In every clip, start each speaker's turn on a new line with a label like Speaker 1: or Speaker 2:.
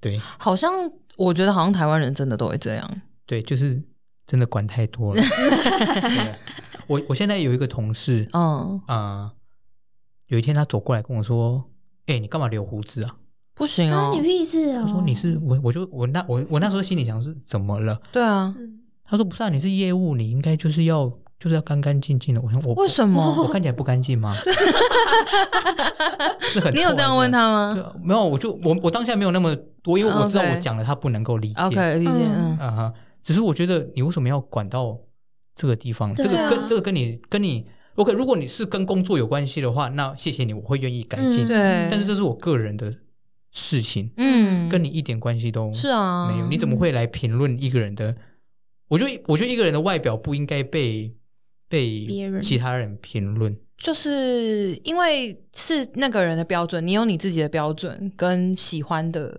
Speaker 1: 对
Speaker 2: 好像我觉得好像台湾人真的都会这样。
Speaker 1: 对，就是真的管太多了。真的 我我现在有一个同事，
Speaker 2: 嗯，
Speaker 1: 呃，有一天他走过来跟我说：“哎、你干嘛留胡子啊
Speaker 2: 不行
Speaker 3: 关
Speaker 2: 哦
Speaker 3: 你，屁事哦！
Speaker 1: 他说：“你是我，我就我那我我那时候心里想是怎么了
Speaker 2: 对啊，
Speaker 3: 嗯，
Speaker 1: 他说：“不是啊，你是业务，你应该就是要就是要干干净净的。”我想我
Speaker 2: 为什么
Speaker 1: 我看起来不干净吗？是很
Speaker 2: 你有这样问他
Speaker 1: 突然
Speaker 2: 吗
Speaker 1: 的？对啊没有，我就我我当下没有那么多，因为我知道
Speaker 2: OK
Speaker 1: 我讲了他不能够理解。
Speaker 2: ？OK，理解，嗯
Speaker 3: 嗯，
Speaker 1: 啊哈，只是我觉得你为什么要管到这个地方？
Speaker 3: 对
Speaker 1: 这
Speaker 3: 啊
Speaker 1: 个跟这个跟你跟你 OK，如果你是跟工作有关系的话，那谢谢你，我会愿意改进。
Speaker 3: 嗯
Speaker 2: 对，
Speaker 1: 但是这是我个人的事情，
Speaker 2: 嗯，
Speaker 1: 跟你一点关系都
Speaker 2: 是啊，
Speaker 1: 没有。你怎么会来评论一个人的？我觉得，我觉得一个人的外表不应该被被
Speaker 3: 别人
Speaker 1: 其他人评论。
Speaker 2: 就是因为是那个人的标准，你有你自己的标准跟喜欢的，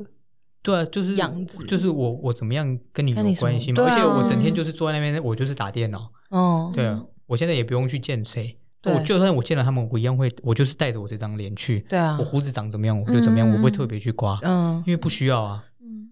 Speaker 1: 对啊，就是
Speaker 2: 样子
Speaker 1: 就是我我怎么样跟你
Speaker 2: 跟你
Speaker 1: 有
Speaker 2: 什么
Speaker 1: 关系嘛？
Speaker 2: 对
Speaker 1: 而
Speaker 2: 啊
Speaker 1: 且我整天就是坐在那边，我就是打电脑。
Speaker 2: 嗯，
Speaker 1: 对啊，我现在也不用去见谁，
Speaker 2: 对
Speaker 1: 我就算我见了他们，我一样会，我就是带着我这张脸去，
Speaker 2: 对啊
Speaker 1: 我，胡子长怎么样我就怎么样，
Speaker 2: 嗯
Speaker 1: 我不会特别去刮，
Speaker 2: 嗯，
Speaker 1: 因为不需要啊。
Speaker 3: 嗯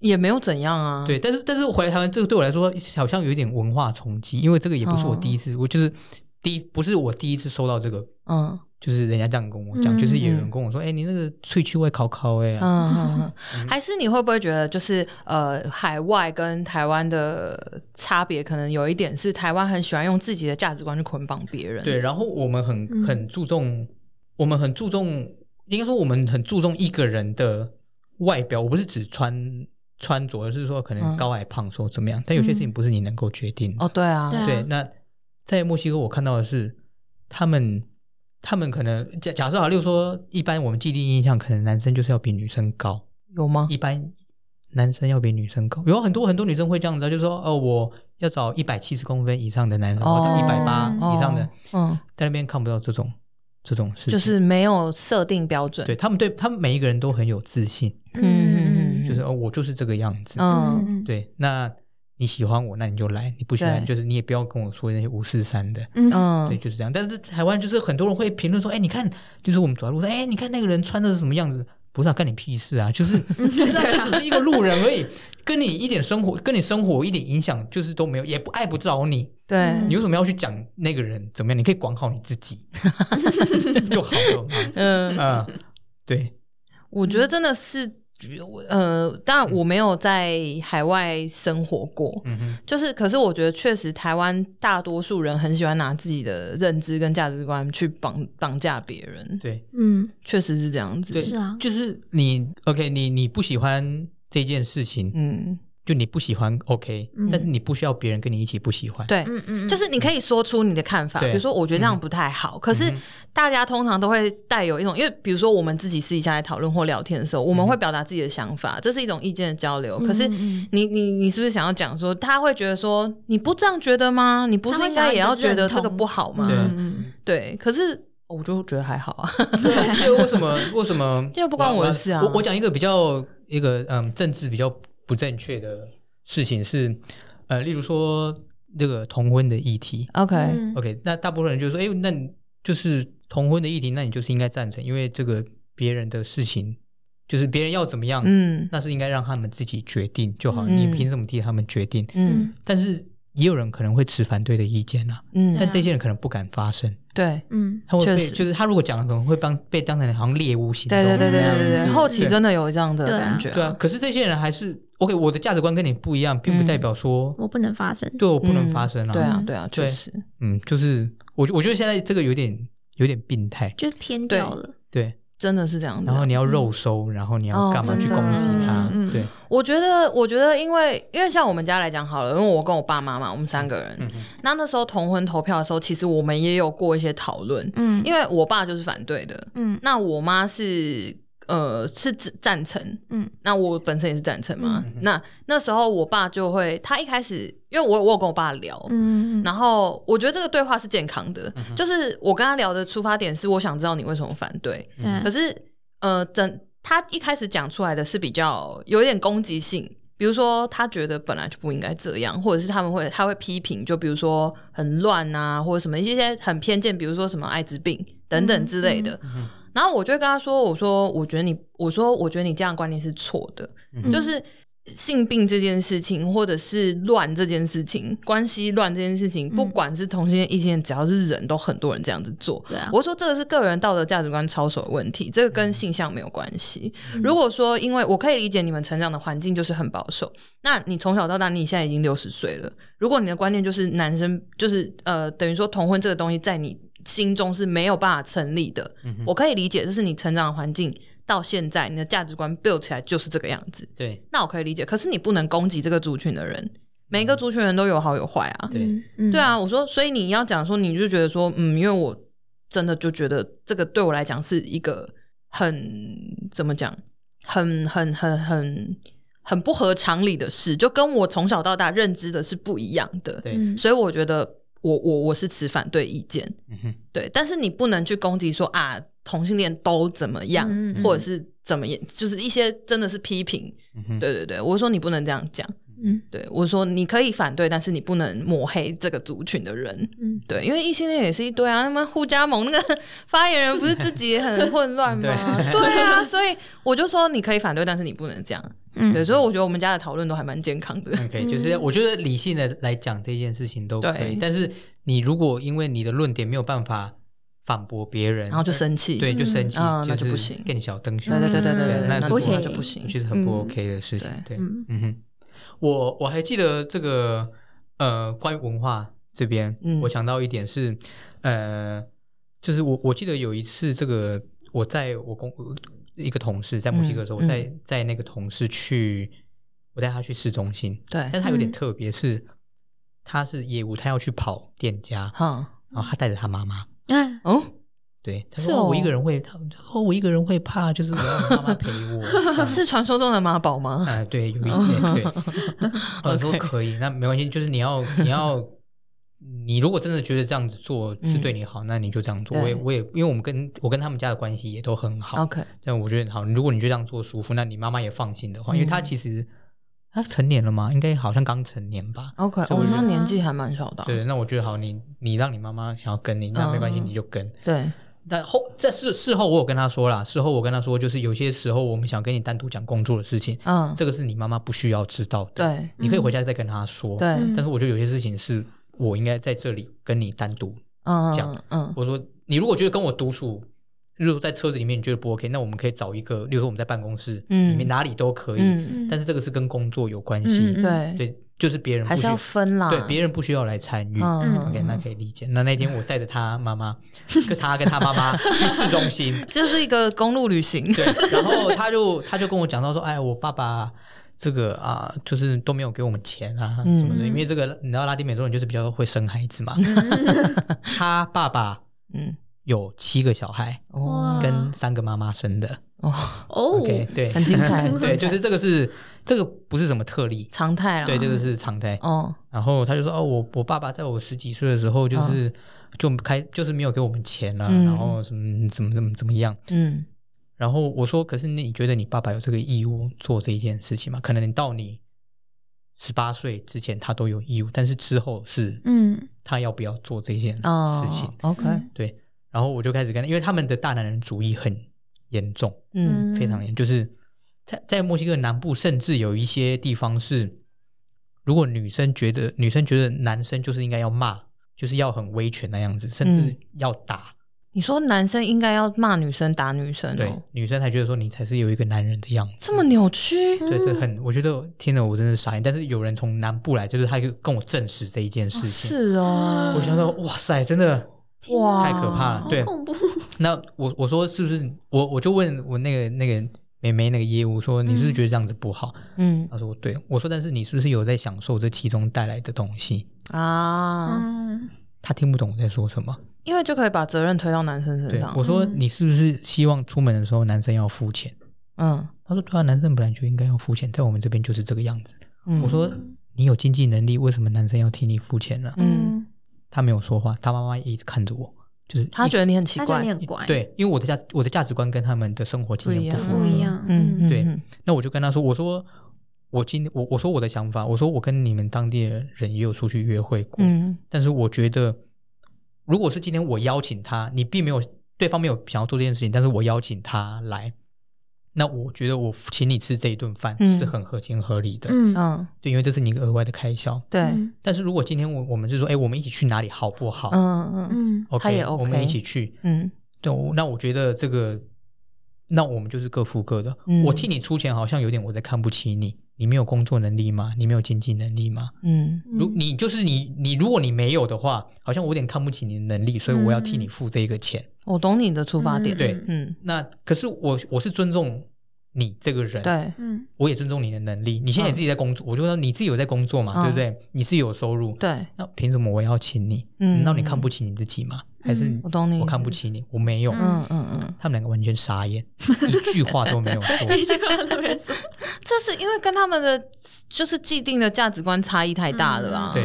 Speaker 2: 也没有怎样啊，
Speaker 1: 对，但是但是我回来台湾，这个对我来说好像有一点文化冲击，因为这个也不是我
Speaker 2: 哦
Speaker 1: 第一次，我就是第一不是我第一次收到这个，
Speaker 2: 嗯，
Speaker 1: 就是人家这样跟我讲，
Speaker 3: 嗯
Speaker 1: 就是有人跟我说，哎、你那个翠去外烤烤哎、啊，
Speaker 2: 嗯嗯，嗯嗯还是你会不会觉得，就是呃，海外跟台湾的差别，可能有一点是台湾很喜欢用自己的价值观去捆绑别人。
Speaker 1: 对，，然后我们很
Speaker 3: 嗯
Speaker 1: 很注重，我们很注重，应该说我们很注重一个人的外表。我不是指穿穿着，而是说可能
Speaker 2: 嗯
Speaker 1: 高矮胖瘦怎么样。但有些事情不是你能够决定的。
Speaker 2: 哦，对啊，
Speaker 3: 嗯对啊
Speaker 1: 对，那在墨西哥我看到的是，他们他们可能假假设好，例如说，一般我们既定印象可能男生就是要比女生高，
Speaker 2: 有吗？
Speaker 1: 一般男生要比女生高。有很多很多女生会这样子啊，就说哦，我要找一百七十公分以上的男生，或者一百八
Speaker 3: 哦
Speaker 1: 以上的。
Speaker 2: 嗯，
Speaker 1: 在那边看不到这种这种事情，
Speaker 2: 就是没有设定标准。
Speaker 1: 对他们对他们每一个人都很有自信，
Speaker 2: 嗯嗯嗯
Speaker 1: 就是哦，我就是这个样子。
Speaker 2: 嗯，
Speaker 3: 嗯
Speaker 1: 对，那你喜欢我，那你就来；你不喜欢，
Speaker 2: 对
Speaker 1: 就是你也不要跟我说那些五四三的。
Speaker 3: 嗯
Speaker 2: 嗯
Speaker 1: 对，就是这样。但是台湾就是很多人会评论说，哎，你看，就是我们走在路上，哎，你看那个人穿的是什么样子？不是、啊，干你屁事啊！就是 就是他就只是一个路人而已，跟你一点生活，跟你生活一点影响就是都没有，也不碍不着你。
Speaker 2: 对
Speaker 3: 嗯
Speaker 1: 你为什么要去讲那个人怎么样？你可以管好你自 己就好了嘛。
Speaker 2: 嗯，
Speaker 1: 啊，对，
Speaker 2: 我觉得
Speaker 3: 嗯
Speaker 2: 真的是，呃，当然我没有在海外生活过，
Speaker 1: 嗯哼，
Speaker 2: 就是，可是我觉得确实台湾大多数人很喜欢拿自己的认知跟价值观去绑绑架别人，
Speaker 1: 对
Speaker 3: 嗯，
Speaker 2: 确实是这样子。
Speaker 1: 对，
Speaker 3: 是啊
Speaker 1: 就是你 OK，你你不喜欢这件事情，
Speaker 2: 嗯，
Speaker 1: 就你不喜欢 OK，、
Speaker 3: 嗯
Speaker 1: 但是你不需要别人跟你一起不喜欢。
Speaker 2: 对，
Speaker 3: 嗯嗯，
Speaker 2: 就是你可以说出你的看法，
Speaker 1: 对
Speaker 2: 比如说我觉得这样不太好，可是
Speaker 1: 嗯哼
Speaker 2: 大家通常都会带有一种，因为比如说我们自己私底下在讨论或聊天的时候，我们会表达自己的想法，这是一种意见的交流。可是
Speaker 3: 嗯嗯
Speaker 2: 你你你是不是想要讲说，他会觉得说你不这样觉得吗？你不是应该也要觉得这个不好吗
Speaker 3: 嗯？
Speaker 1: 对
Speaker 3: 嗯
Speaker 2: 对，可是哦我就觉得还好啊。
Speaker 1: 嗯对，为什么为什么？
Speaker 2: 因为不关我的事啊
Speaker 1: 我我讲一个比较一个嗯政治比较不正确的事情是，呃，例如说那个同婚的议题，
Speaker 2: OK，
Speaker 3: 嗯
Speaker 1: OK，那大部分人就说，哎、那你就是同婚的议题，那你就是应该赞成，因为这个别人的事情，就是别人要怎么样，
Speaker 2: 嗯
Speaker 1: 那是应该让他们自己决定就好，
Speaker 2: 嗯
Speaker 1: 你凭什么替他们决定？
Speaker 2: 嗯
Speaker 1: 但是也有人可能会持反对的意见啊，
Speaker 2: 嗯，
Speaker 1: 但这些人可能不敢发声，
Speaker 2: 对
Speaker 3: 嗯
Speaker 1: 他会
Speaker 2: 确
Speaker 1: 被
Speaker 2: 实
Speaker 1: 就是他如果讲了，可能会帮被当成好像猎巫行动
Speaker 2: 对
Speaker 1: 一样，
Speaker 2: 对对对对对
Speaker 1: 是
Speaker 2: 对，
Speaker 1: 不是
Speaker 2: 后期真的有这样的
Speaker 3: 对啊
Speaker 2: 感觉啊，
Speaker 1: 对啊，可是这些人还是 OK，我的价值观跟你不一样，并不代表说、
Speaker 3: 我不能发生，
Speaker 1: 对我不能
Speaker 2: 嗯
Speaker 1: 发声啊，
Speaker 2: 对啊对啊，
Speaker 1: 对
Speaker 2: 确实，
Speaker 1: 嗯，就是我我觉得现在这个有点有点病态，
Speaker 3: 就偏掉了，
Speaker 1: 对。
Speaker 2: 真的是这样子啊。
Speaker 1: 然后你要肉收，然后你要
Speaker 2: 哦
Speaker 1: 干嘛去
Speaker 2: 真的
Speaker 1: 攻击他？
Speaker 3: 嗯嗯
Speaker 1: 对，
Speaker 2: 我觉得，我觉得，因为因为像我们家来讲好了，因为我跟我爸妈嘛，我们三个人，那那时候同婚投票的时候，其实我们也有过一些讨论，
Speaker 3: 嗯
Speaker 2: 因为我爸就是反对的，
Speaker 3: 嗯
Speaker 2: 那我妈是呃是赞赞成，
Speaker 3: 嗯
Speaker 2: 那我本身也是赞成嘛，那那时候我爸就会，他一开始因为我我有跟我爸聊，
Speaker 3: 嗯
Speaker 2: 然后我觉得这个对话是健康的，就是我跟他聊的出发点是我想知道你为什么反对，可
Speaker 3: 对，
Speaker 2: 是呃，整他一开始讲出来的是比较有一点攻击性，比如说他觉得本来就不应该这样，或者是他们会他会批评，就比如说很乱啊，或者什么一些很偏见，比如说什么艾滋病等等之类的。然后我就会跟他说：“我说，我觉得你，我说，我觉得你这样的观念是错的，
Speaker 3: 嗯
Speaker 2: 就是性病这件事情，或者是乱这件事情，关系乱这件事
Speaker 3: 嗯
Speaker 2: 情，不管是同性恋、异性恋，只要是人都很多人这样子做。
Speaker 3: 对啊
Speaker 2: 我说这个是个人道德价值观操守的问题，这个跟性向没有关系。
Speaker 3: 嗯
Speaker 2: 如果说，因为我可以理解你们成长的环境就是很保守，那你从小到大，你现在已经六十岁了，如果你的观念就是男生就是呃，等于说同婚这个东西在你心中是没有办法成立的，
Speaker 3: 嗯
Speaker 2: 我可以理解，这是你成长的环境到现在，你的价值观 build 起来就是这个样子，
Speaker 1: 对
Speaker 2: 那我可以理解。可是你不能攻击这个族群的人，每一个族群人都有好有坏啊，
Speaker 1: 对，
Speaker 3: 嗯
Speaker 2: 对，啊，我说，所以你要讲说，你就觉得说，嗯，因为我真的就觉得这个对我来讲是一个很怎么讲，很很很很很不合常理的事，就跟我从小到大认知的是不一样的。
Speaker 1: 对
Speaker 3: 嗯
Speaker 2: 所以我觉得我我我是持反对意见，
Speaker 1: 嗯哼
Speaker 2: 对，但是你不能去攻击说啊同性恋都怎么样，
Speaker 3: 嗯嗯嗯
Speaker 2: 或者是怎么样，就是一些真的是批评。
Speaker 1: 嗯哼，
Speaker 2: 对对对，我说你不能这样讲。
Speaker 3: 嗯
Speaker 2: 对，我说你可以反对，但是你不能抹黑这个族群的人。
Speaker 3: 嗯，
Speaker 2: 对，因为异性恋也是一堆啊，他们互加盟那个 发言人不是自己也很混乱吗？
Speaker 1: 对
Speaker 2: 对啊，所以我就说你可以反对，但是你不能这样。
Speaker 3: 嗯
Speaker 2: 对，所以我觉得我们家的讨论都还蛮健康的。
Speaker 1: OK，就是我觉得理性的来讲这件事情都可以，
Speaker 2: 嗯对
Speaker 1: 但是你如果因为你的论点没有办法反驳别人，
Speaker 2: 然后就生气，
Speaker 1: 对，就生气，
Speaker 2: 嗯那
Speaker 1: 就
Speaker 2: 就是不行
Speaker 1: 更小灯熊
Speaker 2: 对，对对对
Speaker 3: 嗯
Speaker 2: 对，
Speaker 1: 那
Speaker 2: 那
Speaker 1: 不
Speaker 2: 那
Speaker 1: 行
Speaker 2: 就不行。
Speaker 1: 其实很不
Speaker 3: 嗯
Speaker 1: OK 的事情。对，
Speaker 3: 嗯
Speaker 1: 嗯哼，我我还记得这个呃，关于文化这边，
Speaker 2: 嗯
Speaker 1: 我想到一点是，呃，就是我我记得有一次，这个我在我公一个同事在墨西哥的时候，
Speaker 2: 嗯
Speaker 1: 我在在那个同事去，我带他去市中心，
Speaker 2: 对，
Speaker 1: 但他有点
Speaker 3: 嗯
Speaker 1: 特别，是他是业务，他要去跑店家，
Speaker 2: 嗯，
Speaker 1: 然后他带着他妈妈。
Speaker 3: 啊，
Speaker 2: 哦，
Speaker 1: 对，他
Speaker 2: 是
Speaker 1: 说、哦我
Speaker 2: 哦
Speaker 1: 一个人会，他他说、哦我一个人会怕，就是我要我妈妈陪我。 这样
Speaker 2: 是传说中的妈宝吗？
Speaker 1: 啊，对，有一点 对。我说可以，那没关系，就是你要你要你如果真的觉得这样子做是对你好，那你就这样做。我也
Speaker 2: 嗯对
Speaker 1: 我也因为我们跟我跟他们家的关系也都很好，
Speaker 2: OK，
Speaker 1: 但我觉得好，如果你就这样做舒服，那你妈妈也放心的话，因为她
Speaker 2: 嗯
Speaker 1: 其实她成年了嘛，应该好像刚成年吧。
Speaker 2: OK，
Speaker 1: 所以
Speaker 2: 哦
Speaker 1: 我，觉
Speaker 2: 那
Speaker 1: 得
Speaker 2: 年纪还蛮小的啊。
Speaker 1: 对，那我觉得好，你你让你妈妈想要跟你，那没关系，
Speaker 2: 嗯
Speaker 1: 你就跟。
Speaker 2: 对，
Speaker 1: 但后在事事后我有跟她说啦，事后我跟她说，就是有些时候我们想跟你单独讲工作的事情，
Speaker 2: 嗯，
Speaker 1: 这个是你妈妈不需要知道的。
Speaker 2: 对嗯
Speaker 1: 你可以回家再跟他说。
Speaker 2: 对，
Speaker 3: 嗯
Speaker 2: 嗯
Speaker 1: 但是我觉得有些事情是我应该在这里跟你单独。讲
Speaker 2: 嗯嗯
Speaker 1: 我说，你如果觉得跟我独处，如果在车子里面你觉得不 OK，那我们可以找一个，例如说我们在办公室、
Speaker 2: 嗯
Speaker 1: 里面哪里都可以。
Speaker 2: 嗯，
Speaker 1: 但是这个是跟工作有关系，
Speaker 2: 对，
Speaker 3: 嗯
Speaker 1: 对，就是别人不
Speaker 2: 还
Speaker 1: 需
Speaker 2: 是要分啦。
Speaker 1: 对别人不需要来参与。
Speaker 2: 嗯，嗯
Speaker 1: OK，
Speaker 2: 嗯
Speaker 1: 那可以理解。那那天我带着他妈妈， 跟他跟他妈妈去市中心，
Speaker 2: 就是一个公路旅行。
Speaker 1: 对，然后他就他就跟我讲到说，哎，我爸爸这个啊，就是都没有给我们钱啊
Speaker 2: 嗯
Speaker 1: 什么的，因为这个你知道拉丁美洲人就是比较会生孩子嘛，他爸爸
Speaker 2: 嗯，
Speaker 1: 有七个小孩
Speaker 3: 哇
Speaker 2: 哦
Speaker 1: 跟三个妈妈生的、
Speaker 2: 哦，
Speaker 3: 哦
Speaker 1: o k 对，
Speaker 2: 很精彩
Speaker 1: 对，就是这个是这个不是什么特例，
Speaker 2: 常态啦。
Speaker 1: 对，这个是常态。
Speaker 2: 哦，
Speaker 1: 然后他就说：“哦，我我爸爸在我十几岁的时候，就是、就开就是没有给我们钱了、
Speaker 2: 嗯
Speaker 1: 然后什么怎么怎么怎么样。”
Speaker 2: 嗯
Speaker 1: 然后我说：“可是你觉得你爸爸有这个义务做这一件事情吗？可能你到你十八岁之前，他都有义务，但是之后是
Speaker 3: 嗯
Speaker 1: 他要不要做这件事情？
Speaker 2: 哦，OK，
Speaker 3: 嗯
Speaker 1: 对。然后我就开始跟他，因为他们的大男人主义很严重，
Speaker 2: 嗯
Speaker 1: 非常严，就是在在墨西哥南部，甚至有一些地方是，如果女生觉得女生觉得男生就是应该要骂，就是要很威权那样子，甚至
Speaker 2: 嗯
Speaker 1: 要打，
Speaker 2: 你说男生应该要骂女生打女生
Speaker 1: 对
Speaker 2: 哦，
Speaker 1: 女生才觉得说你才是有一个男人的样子。
Speaker 2: 这么扭曲。
Speaker 1: 对，这
Speaker 2: 嗯
Speaker 1: 很，我觉得天哪，我真的傻眼。但是有人从南部来，就是他就跟我证实这一件
Speaker 2: 哦
Speaker 1: 事情。
Speaker 2: 是哦，
Speaker 1: 我想说，哇塞，真的。
Speaker 3: 天
Speaker 2: 哇
Speaker 1: 太
Speaker 3: 哪
Speaker 1: 可怕了
Speaker 3: 嗯好
Speaker 1: 对
Speaker 3: 恐怖，
Speaker 1: 那我我说是不是？我我就问我那个那个妹妹那个业务说，你是不是觉得这样子不好？
Speaker 2: 嗯
Speaker 1: 她说对。我说，但是你是不是有在享受这其中带来的东西？
Speaker 2: 啊，
Speaker 3: 嗯
Speaker 1: 她听不懂我在说什么。
Speaker 2: 因为就可以把责任推到男生身
Speaker 1: 对
Speaker 2: 上
Speaker 1: 我。说，你是不是希望出门的时候男生要付钱？
Speaker 2: 嗯
Speaker 1: 她说对啊，男生本来就应该要付钱，在我们这边就是这个样子。
Speaker 2: 嗯，
Speaker 1: 我说你有经济能力，为什么男生要替你付钱呢？
Speaker 2: 嗯，
Speaker 1: 他没有说话，他妈妈一直看着我，就是
Speaker 2: 他觉得你很奇
Speaker 3: 他觉得
Speaker 2: 怪
Speaker 3: 你。很乖，，
Speaker 1: 对，因为我的价我的价值观跟他们的生活经验不符
Speaker 3: 不
Speaker 1: 合。
Speaker 3: 一样，
Speaker 2: 嗯，嗯
Speaker 1: 对
Speaker 2: 嗯
Speaker 1: 那我就跟他说，我说我今我我说我的想法，我说我跟你们当地的人也有出去约会过，
Speaker 2: 嗯
Speaker 1: 但是我觉得如果是今天我邀请他，你并没有对方没有想要做这件事情，但是我邀请他来，那我觉得我请你吃这一顿饭
Speaker 2: 嗯
Speaker 1: 是很合情合理的，
Speaker 3: 嗯，
Speaker 2: 嗯，
Speaker 1: 对，因为这是你一个额外的开销。
Speaker 2: 对，
Speaker 3: 嗯
Speaker 1: 但是如果今天我我们是说，哎，我们一起去哪里好不好、
Speaker 2: 嗯嗯
Speaker 3: 嗯
Speaker 1: o k
Speaker 2: 他也 OK
Speaker 1: 我们一起去，
Speaker 2: 嗯
Speaker 1: 对，我那我觉得这个，那我们就是各付各的。
Speaker 2: 嗯
Speaker 1: 我替你出钱，好像有点我在看不起你。你没有工作能力吗？你没有经济能力吗？
Speaker 2: 嗯
Speaker 1: 如你就是你，你如果你没有的话，好像我有点看不起你的能力，所以我要替
Speaker 2: 嗯
Speaker 1: 你付这个钱。
Speaker 2: 我懂你的出发点。
Speaker 1: 对
Speaker 2: 嗯，
Speaker 1: 那可是我我是尊重你这个人，
Speaker 2: 对，
Speaker 3: 嗯
Speaker 1: 我也尊重你的能力。你现在也自己在工作，我就说你自己有在工作嘛，
Speaker 2: 嗯
Speaker 1: 对不对？你自己有收入，
Speaker 2: 对，
Speaker 1: 那凭什么我要请你？
Speaker 2: 嗯
Speaker 1: 难道你看不起你自己吗？还是
Speaker 3: 嗯
Speaker 2: 我懂你，
Speaker 1: 我看不。起你？我没有。
Speaker 2: 嗯嗯嗯，
Speaker 1: 他们两个完全傻眼，一句话都没有 说。
Speaker 3: 一句话都没说，
Speaker 2: 这是因为跟他们的就是既定的价值观差异太大了啊。
Speaker 1: 对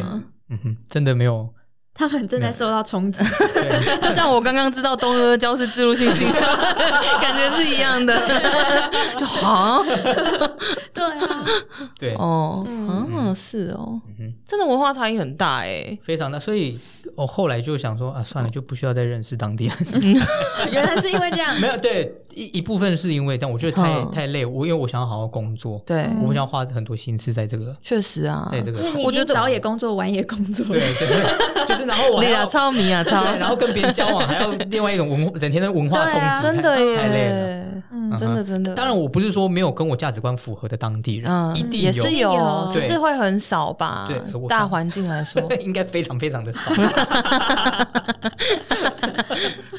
Speaker 1: 嗯哼，真的没有。
Speaker 3: 他们正在受到冲击，
Speaker 1: 对，
Speaker 2: 就像我刚刚知道东阿阿胶是自入性信箱， 感觉是一样的。 就好
Speaker 3: 对啊，
Speaker 1: 对，
Speaker 2: 哦，
Speaker 3: 嗯
Speaker 2: 嗯，是哦
Speaker 1: 哼，
Speaker 2: 真的文化差异很大哎。
Speaker 1: 非常大。所以我后来就想说啊，算了，就不需要再认识当地人。
Speaker 3: 原来是因为这样，
Speaker 1: 没有，对一一部分是因为这样，我觉得太、
Speaker 2: 嗯
Speaker 1: 太累。我因为我想要好好工作，
Speaker 2: 对，
Speaker 1: 我不想要花很多心思在这个
Speaker 2: 确实啊。
Speaker 1: 在这个
Speaker 3: 因为
Speaker 1: 上。
Speaker 3: 你
Speaker 2: 我
Speaker 3: 已
Speaker 2: 觉
Speaker 3: 经
Speaker 2: 得
Speaker 3: 早也工作，晚也工作，
Speaker 1: 对对，就是然后我还
Speaker 2: 你啊
Speaker 1: 要
Speaker 2: 操你啊操，
Speaker 1: 对，然后跟别人交往还要另外一种文化整天的文化冲
Speaker 3: 对啊
Speaker 1: 击，
Speaker 2: 真的耶，
Speaker 1: 太太累了。
Speaker 3: 嗯
Speaker 1: 嗯
Speaker 2: 真的真的。
Speaker 1: 当然，我不是说没有跟我价值观符合的当地人，
Speaker 2: 嗯，
Speaker 1: 一定
Speaker 2: 也
Speaker 1: 有
Speaker 2: 是有，只
Speaker 1: 对
Speaker 2: 是会很少吧
Speaker 1: 对我。
Speaker 2: 大
Speaker 1: 看
Speaker 2: 环境来 说，
Speaker 1: 应该非常非常的少。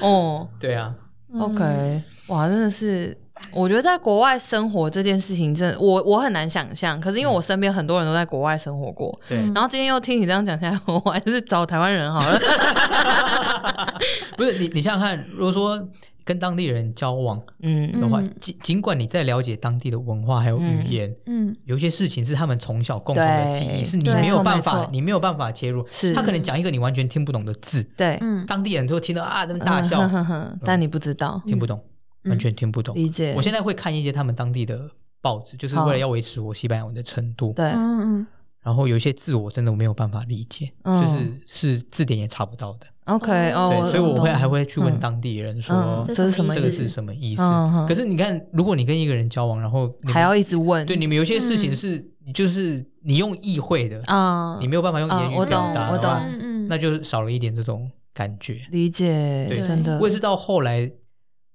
Speaker 2: 哦
Speaker 1: 对啊，
Speaker 2: ，OK，哇，真的是。我觉得在国外生活这件事情真的，我我很难想象。可是
Speaker 1: 嗯
Speaker 2: 因为我身边很多人都在国外生活过，
Speaker 1: 对。
Speaker 3: 嗯
Speaker 2: 然后今天又听你这样讲下来， 我还是找台湾人好 了。嗯
Speaker 1: 不是你，你想想看，如果说跟当地人交往
Speaker 2: 嗯
Speaker 1: 的话
Speaker 3: 嗯，
Speaker 1: 尽、尽管你再了解当地的文化还有语言，
Speaker 3: 嗯
Speaker 1: 有些事情是他们从小共同的记
Speaker 2: 对
Speaker 1: 忆，是你
Speaker 3: 对
Speaker 1: 没有
Speaker 2: 没错
Speaker 1: 办
Speaker 2: 没
Speaker 1: 法
Speaker 2: 错，
Speaker 1: 你没有办法切入。
Speaker 2: 是
Speaker 1: 他可能讲一个你完全听不懂的字，
Speaker 2: 对，
Speaker 3: 嗯
Speaker 1: 当地人都会听到啊，这么大
Speaker 2: 嗯
Speaker 1: 笑，
Speaker 2: 哼哼哼但你不知道，
Speaker 1: 听不懂，
Speaker 3: 嗯
Speaker 1: 完全听不懂。
Speaker 2: 理解
Speaker 1: 我现在会看一些他们当地的报纸，就是为了要维持我西班牙文的程度。
Speaker 2: 对，
Speaker 3: 嗯嗯
Speaker 1: 然后有一些字我真的没有办法理解，
Speaker 2: 嗯
Speaker 1: 就是是字典也查不到的。
Speaker 2: OK，
Speaker 3: 哦
Speaker 2: 哦，
Speaker 1: 对，所以我
Speaker 2: 懂
Speaker 1: 会还会去
Speaker 2: 嗯
Speaker 1: 问当地人说
Speaker 2: 嗯，
Speaker 3: 这
Speaker 2: 这是什
Speaker 3: 什
Speaker 2: 么
Speaker 3: 么
Speaker 1: 这
Speaker 3: 意
Speaker 1: 个
Speaker 2: 意
Speaker 3: 思
Speaker 1: 是什么意思
Speaker 2: 嗯嗯？
Speaker 1: 可是你看，如果你跟一个人交往，然后你们
Speaker 2: 还要一嗯直问，
Speaker 1: 对你们有些事情是，就是你用意会的，
Speaker 2: 啊
Speaker 1: 你，没有办法用言
Speaker 2: 啊我
Speaker 1: 语
Speaker 2: 懂
Speaker 1: 表达的
Speaker 2: 我懂
Speaker 1: 话，
Speaker 3: 嗯嗯，
Speaker 1: 那就是少了一点这种感觉。
Speaker 2: 理解，
Speaker 1: 对
Speaker 2: 真的
Speaker 1: 我，也是到后来，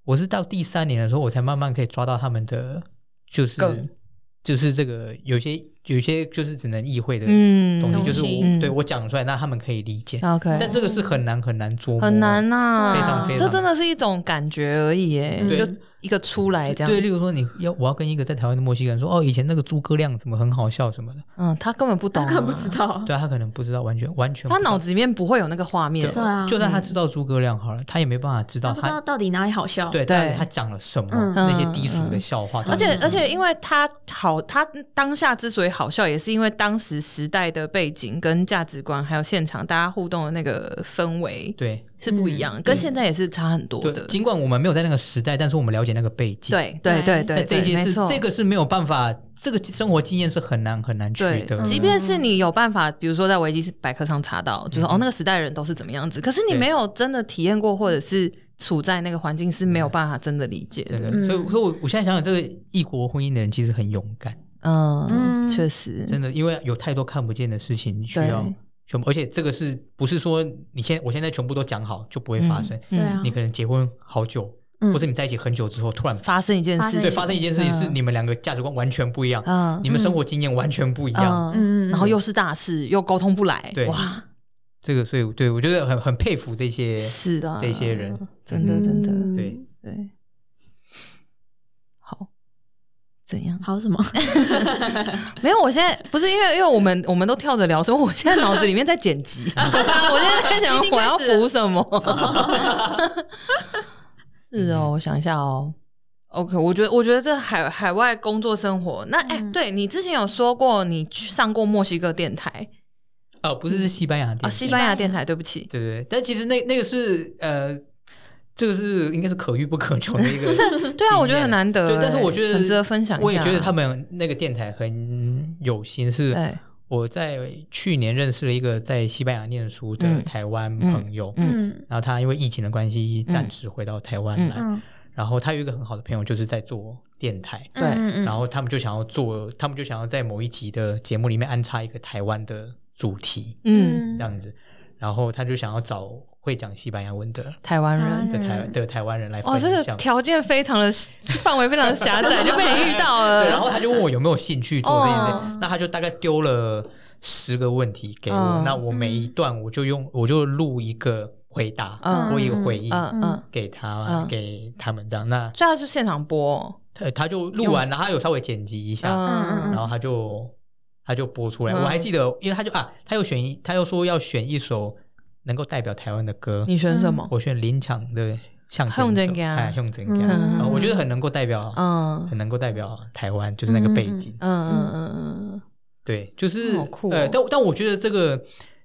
Speaker 1: 我是到第三年的时候，我才慢慢可以抓到他们的，就是
Speaker 2: 梗
Speaker 1: 就是这个有些有些就是只能意会的
Speaker 2: 嗯
Speaker 1: 东
Speaker 3: 懂
Speaker 1: 西，就是
Speaker 3: 东西
Speaker 1: 我
Speaker 2: 嗯
Speaker 1: 对我讲出来，那他们可以理解。
Speaker 2: ，OK，
Speaker 1: 但这个是很难很难捉摸，
Speaker 2: 很难呐，
Speaker 1: 非常非常
Speaker 2: 这真的是一种感觉而已，耶，
Speaker 3: 对
Speaker 2: 就一个出来这样，
Speaker 1: 对，例如说你要我要跟一个在台湾的墨西哥人说，哦，以前那个诸葛亮怎么很好笑什么的，
Speaker 2: 嗯，他根本不懂
Speaker 3: 他
Speaker 2: 啊，
Speaker 3: 根本不知道，
Speaker 1: 对啊他可能不知道，完全完全不
Speaker 2: 他
Speaker 1: 知道
Speaker 2: 脑子里面不会有那个画面，
Speaker 3: 对啊
Speaker 1: 就算
Speaker 2: 嗯
Speaker 1: 他知道诸葛亮好了，他也没办法知道
Speaker 3: 他不知道
Speaker 1: 他
Speaker 3: 到底哪里好笑，
Speaker 1: 对，
Speaker 2: 哦对
Speaker 1: 到底他讲了什么
Speaker 3: 嗯
Speaker 1: 那些低俗的笑话，
Speaker 2: 而且
Speaker 1: 到
Speaker 2: 而
Speaker 1: 底是
Speaker 2: 且，因为他好，他当下之所以好笑，也是因为当时时代的背景、跟价值观，还有现场大家互动的那个氛围
Speaker 1: 对
Speaker 2: 是不一样，跟现在也是差很多
Speaker 1: 对，
Speaker 2: 的。
Speaker 1: 尽管我们没有在那个时代，但是我们了解那个背景，，
Speaker 2: 对对对对，
Speaker 1: 但这
Speaker 2: 对
Speaker 1: 些
Speaker 2: 没
Speaker 1: 是
Speaker 2: 错
Speaker 1: 这个是没有办法，这个生活经验是很难很难取
Speaker 2: 对
Speaker 1: 得，的，
Speaker 2: 即便是你有办法，比如说在维基百科上查到，就是、哦那个时代人都是怎么样子，可是你
Speaker 1: 对
Speaker 2: 没有真的体验过，或者是处在那个环境是没有办法真的理解
Speaker 1: 真
Speaker 2: 的。
Speaker 1: 的，
Speaker 3: 嗯
Speaker 1: 所以所以我我现在想想，这个异国婚姻的人其实很勇敢，
Speaker 2: 嗯，
Speaker 3: 嗯
Speaker 2: 确实，
Speaker 1: 真的，因为有太多看不见的事情需要
Speaker 2: 对
Speaker 1: 全部，而且这个是不是说你现我现在全部都讲好就不会发生？
Speaker 2: 嗯
Speaker 3: 对啊，
Speaker 1: 你可能结婚好久，
Speaker 3: 嗯
Speaker 1: 或者你在一起很久之后，突然
Speaker 2: 发生一件事情，
Speaker 1: 对发生一件事情，是你们两个价值观完全不一样，
Speaker 2: 嗯
Speaker 1: 你们生活经验完全不一样。
Speaker 2: 嗯
Speaker 3: 嗯，嗯，
Speaker 2: 然后又是大事，又沟通不来，
Speaker 1: 对
Speaker 2: 哇，
Speaker 1: 这个，所以对我觉得很很佩服这些
Speaker 2: 是的，
Speaker 1: 这些人，
Speaker 2: 真的真的、
Speaker 3: 嗯
Speaker 1: 对，
Speaker 2: 对，好，怎样？
Speaker 3: 好什么？
Speaker 2: 没有，我现在不是因为因为我们我们都跳着聊，所以我现在脑子里面在剪辑， 啊我现在在想
Speaker 3: 已经
Speaker 2: 我
Speaker 3: 开始
Speaker 2: 要
Speaker 3: 了
Speaker 2: 补什 么。是哦，我想一下哦。OK，我觉得我觉得这海海外工作生活，那哎、对你之前有说过你去上过墨西哥电台
Speaker 1: 哦，不是是西班牙
Speaker 2: 啊、
Speaker 1: 电
Speaker 2: 西
Speaker 1: 视，
Speaker 2: 班牙
Speaker 3: 西班牙
Speaker 2: 电台，对不起，
Speaker 1: 对对对，但其实那那个是呃，这个是应该是可遇不可求的 一个，
Speaker 2: 对啊，我觉得很。难得、
Speaker 1: 对，但是
Speaker 2: 哎
Speaker 1: 我觉得
Speaker 2: 很值得分享一下。嗯
Speaker 1: 我也觉得他们那个电台很有心，是
Speaker 2: 对，
Speaker 1: 我在去年认识了一个在西班牙念书的
Speaker 2: 嗯嗯
Speaker 1: 台湾朋友，
Speaker 3: 嗯
Speaker 1: 然后他因为疫情的关系暂时回到台湾来，
Speaker 3: 嗯，
Speaker 1: 然后他有一个很好的朋友就是在做电台，
Speaker 2: 对
Speaker 3: 嗯
Speaker 1: 然后他们就想要做，他们就想要在某一集的节目里面安插一个台湾的主题
Speaker 2: 嗯，
Speaker 1: 这样子，然后他就想要找会讲西班牙文的
Speaker 2: 台湾
Speaker 3: 台湾
Speaker 2: 人
Speaker 3: 人，
Speaker 1: 的台的台湾人来
Speaker 2: 哇，
Speaker 1: 分
Speaker 2: 嗯哦这个
Speaker 1: 享。
Speaker 2: 条件非常的 范围非常的狭窄，就被你遇到了。
Speaker 1: 对，然后他就问我有没有兴趣做这件事，
Speaker 2: 哦
Speaker 1: 那他就大概丢了十个问题给我，
Speaker 2: 嗯
Speaker 1: 那我每一段我就用我就录一个回答，
Speaker 2: 嗯
Speaker 1: 我一个回应
Speaker 2: 嗯嗯，
Speaker 1: 给他、
Speaker 2: 嗯
Speaker 1: 给他们这样，那
Speaker 2: 所以他是现场播哦，
Speaker 1: 他他就录完了，他有稍微剪辑一下，
Speaker 2: 嗯
Speaker 1: 然后他就他就播出来，
Speaker 2: 嗯
Speaker 1: 我还记得，因为他就啊，他又选一，他又说要选一首能够代表台湾的歌，
Speaker 2: 你选什么？
Speaker 1: 我选林强的《向
Speaker 2: 向
Speaker 1: 前
Speaker 2: 前
Speaker 1: 走》，
Speaker 2: 走
Speaker 1: 哎，向前走，
Speaker 3: 嗯
Speaker 1: 然后我觉得很能够代表，
Speaker 2: 嗯
Speaker 1: 很能够代表台湾，就是那个背景。
Speaker 2: 嗯嗯嗯
Speaker 1: 对，就是
Speaker 2: 好酷哦
Speaker 1: 呃，但但我觉得这个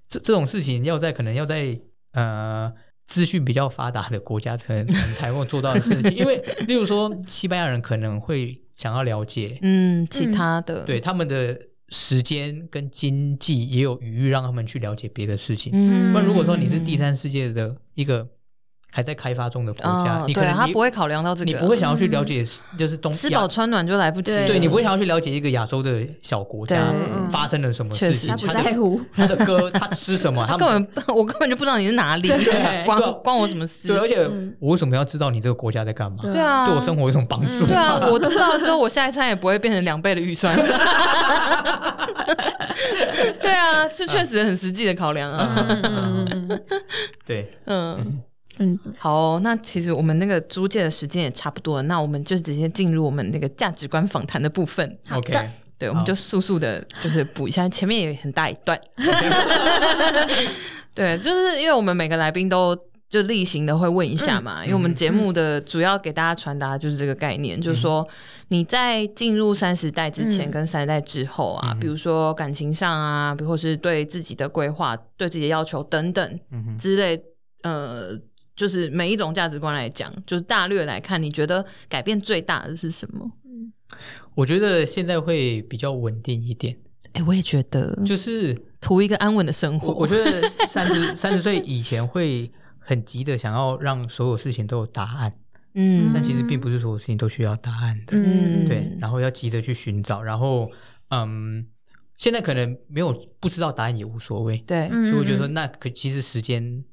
Speaker 1: 这这种事情要在可能要在呃资讯比较发达的国家，可能可能才能做到的事情。因为例如说，西班牙人可能会想要了解，
Speaker 2: 嗯，其他的
Speaker 1: 对，他们的时间跟经济也有余裕让他们去了解别的事情。
Speaker 2: 嗯
Speaker 1: 那、如果说你是第三世界的一个还在开发中的国家，
Speaker 2: 嗯
Speaker 1: 你可
Speaker 2: 对
Speaker 1: 能
Speaker 2: 啊他
Speaker 1: 你
Speaker 2: 不会考量到这个，
Speaker 1: 你不会想要去了解，就是东
Speaker 2: 吃
Speaker 1: 亚
Speaker 2: 饱，穿暖就来不及了，
Speaker 1: 对你不会想要去了解一个亚洲的小国家
Speaker 2: 对
Speaker 3: 嗯
Speaker 1: 发生了什么
Speaker 2: 确
Speaker 1: 事
Speaker 2: 实
Speaker 1: 情，
Speaker 3: 他不
Speaker 1: 它的
Speaker 3: 在乎，
Speaker 1: 他的歌，他吃什么，他
Speaker 2: 他
Speaker 1: 们
Speaker 2: 根本我根本就不知道你是哪里，
Speaker 3: 对
Speaker 2: 关
Speaker 1: 对啊
Speaker 2: 关我什么事？
Speaker 1: 对，而且
Speaker 3: 嗯
Speaker 1: 我为什么要知道你这个国家在干嘛？
Speaker 3: 对
Speaker 2: 对啊，
Speaker 1: 对我生活有什么帮助？
Speaker 3: 嗯
Speaker 2: 对啊，我知道了之后，我下一餐也不会变成两倍的 预算。对啊，这确实很实际的考量啊。
Speaker 1: 嗯嗯嗯
Speaker 3: 嗯
Speaker 1: 对，
Speaker 2: 嗯，
Speaker 3: 嗯，
Speaker 2: 好哦、那其实我们那个租借的时间也差不多了，那我们就直接进入我们那个价值观访谈的部分。
Speaker 3: 好的
Speaker 1: OK，
Speaker 2: 对，我们
Speaker 1: 好
Speaker 2: 就速速的，就是补一下，前面也很大一段。对，就是因为我们每个来宾都就例行的会问一下嘛，因为我们节目的主要给大家传达就是这个概念，就是说你在进入三十代之前
Speaker 3: 嗯
Speaker 2: 跟三十代之后啊，比如说感情上啊，比如或是对自己的规划、对自己的要求等等
Speaker 1: 嗯哼
Speaker 2: 之类，呃。就是每一种价值观来讲，就是大略来看，你觉得改变最大的是什么？
Speaker 1: 我觉得现在会比较稳定一点，
Speaker 2: 哎、我也觉得，
Speaker 1: 就是
Speaker 2: 图一个安稳的生活。
Speaker 1: 我我觉得三十 三十岁以前会很急的想要让所有事情都有答案，
Speaker 2: 嗯
Speaker 1: 但其实并不是所有事情都需要答案的，
Speaker 3: 嗯，
Speaker 1: 对，然后要急着去寻找，然后嗯，现在可能没有不知道答案也无所谓，
Speaker 2: 对，
Speaker 3: 嗯，
Speaker 1: 所以我就说，那可其实时间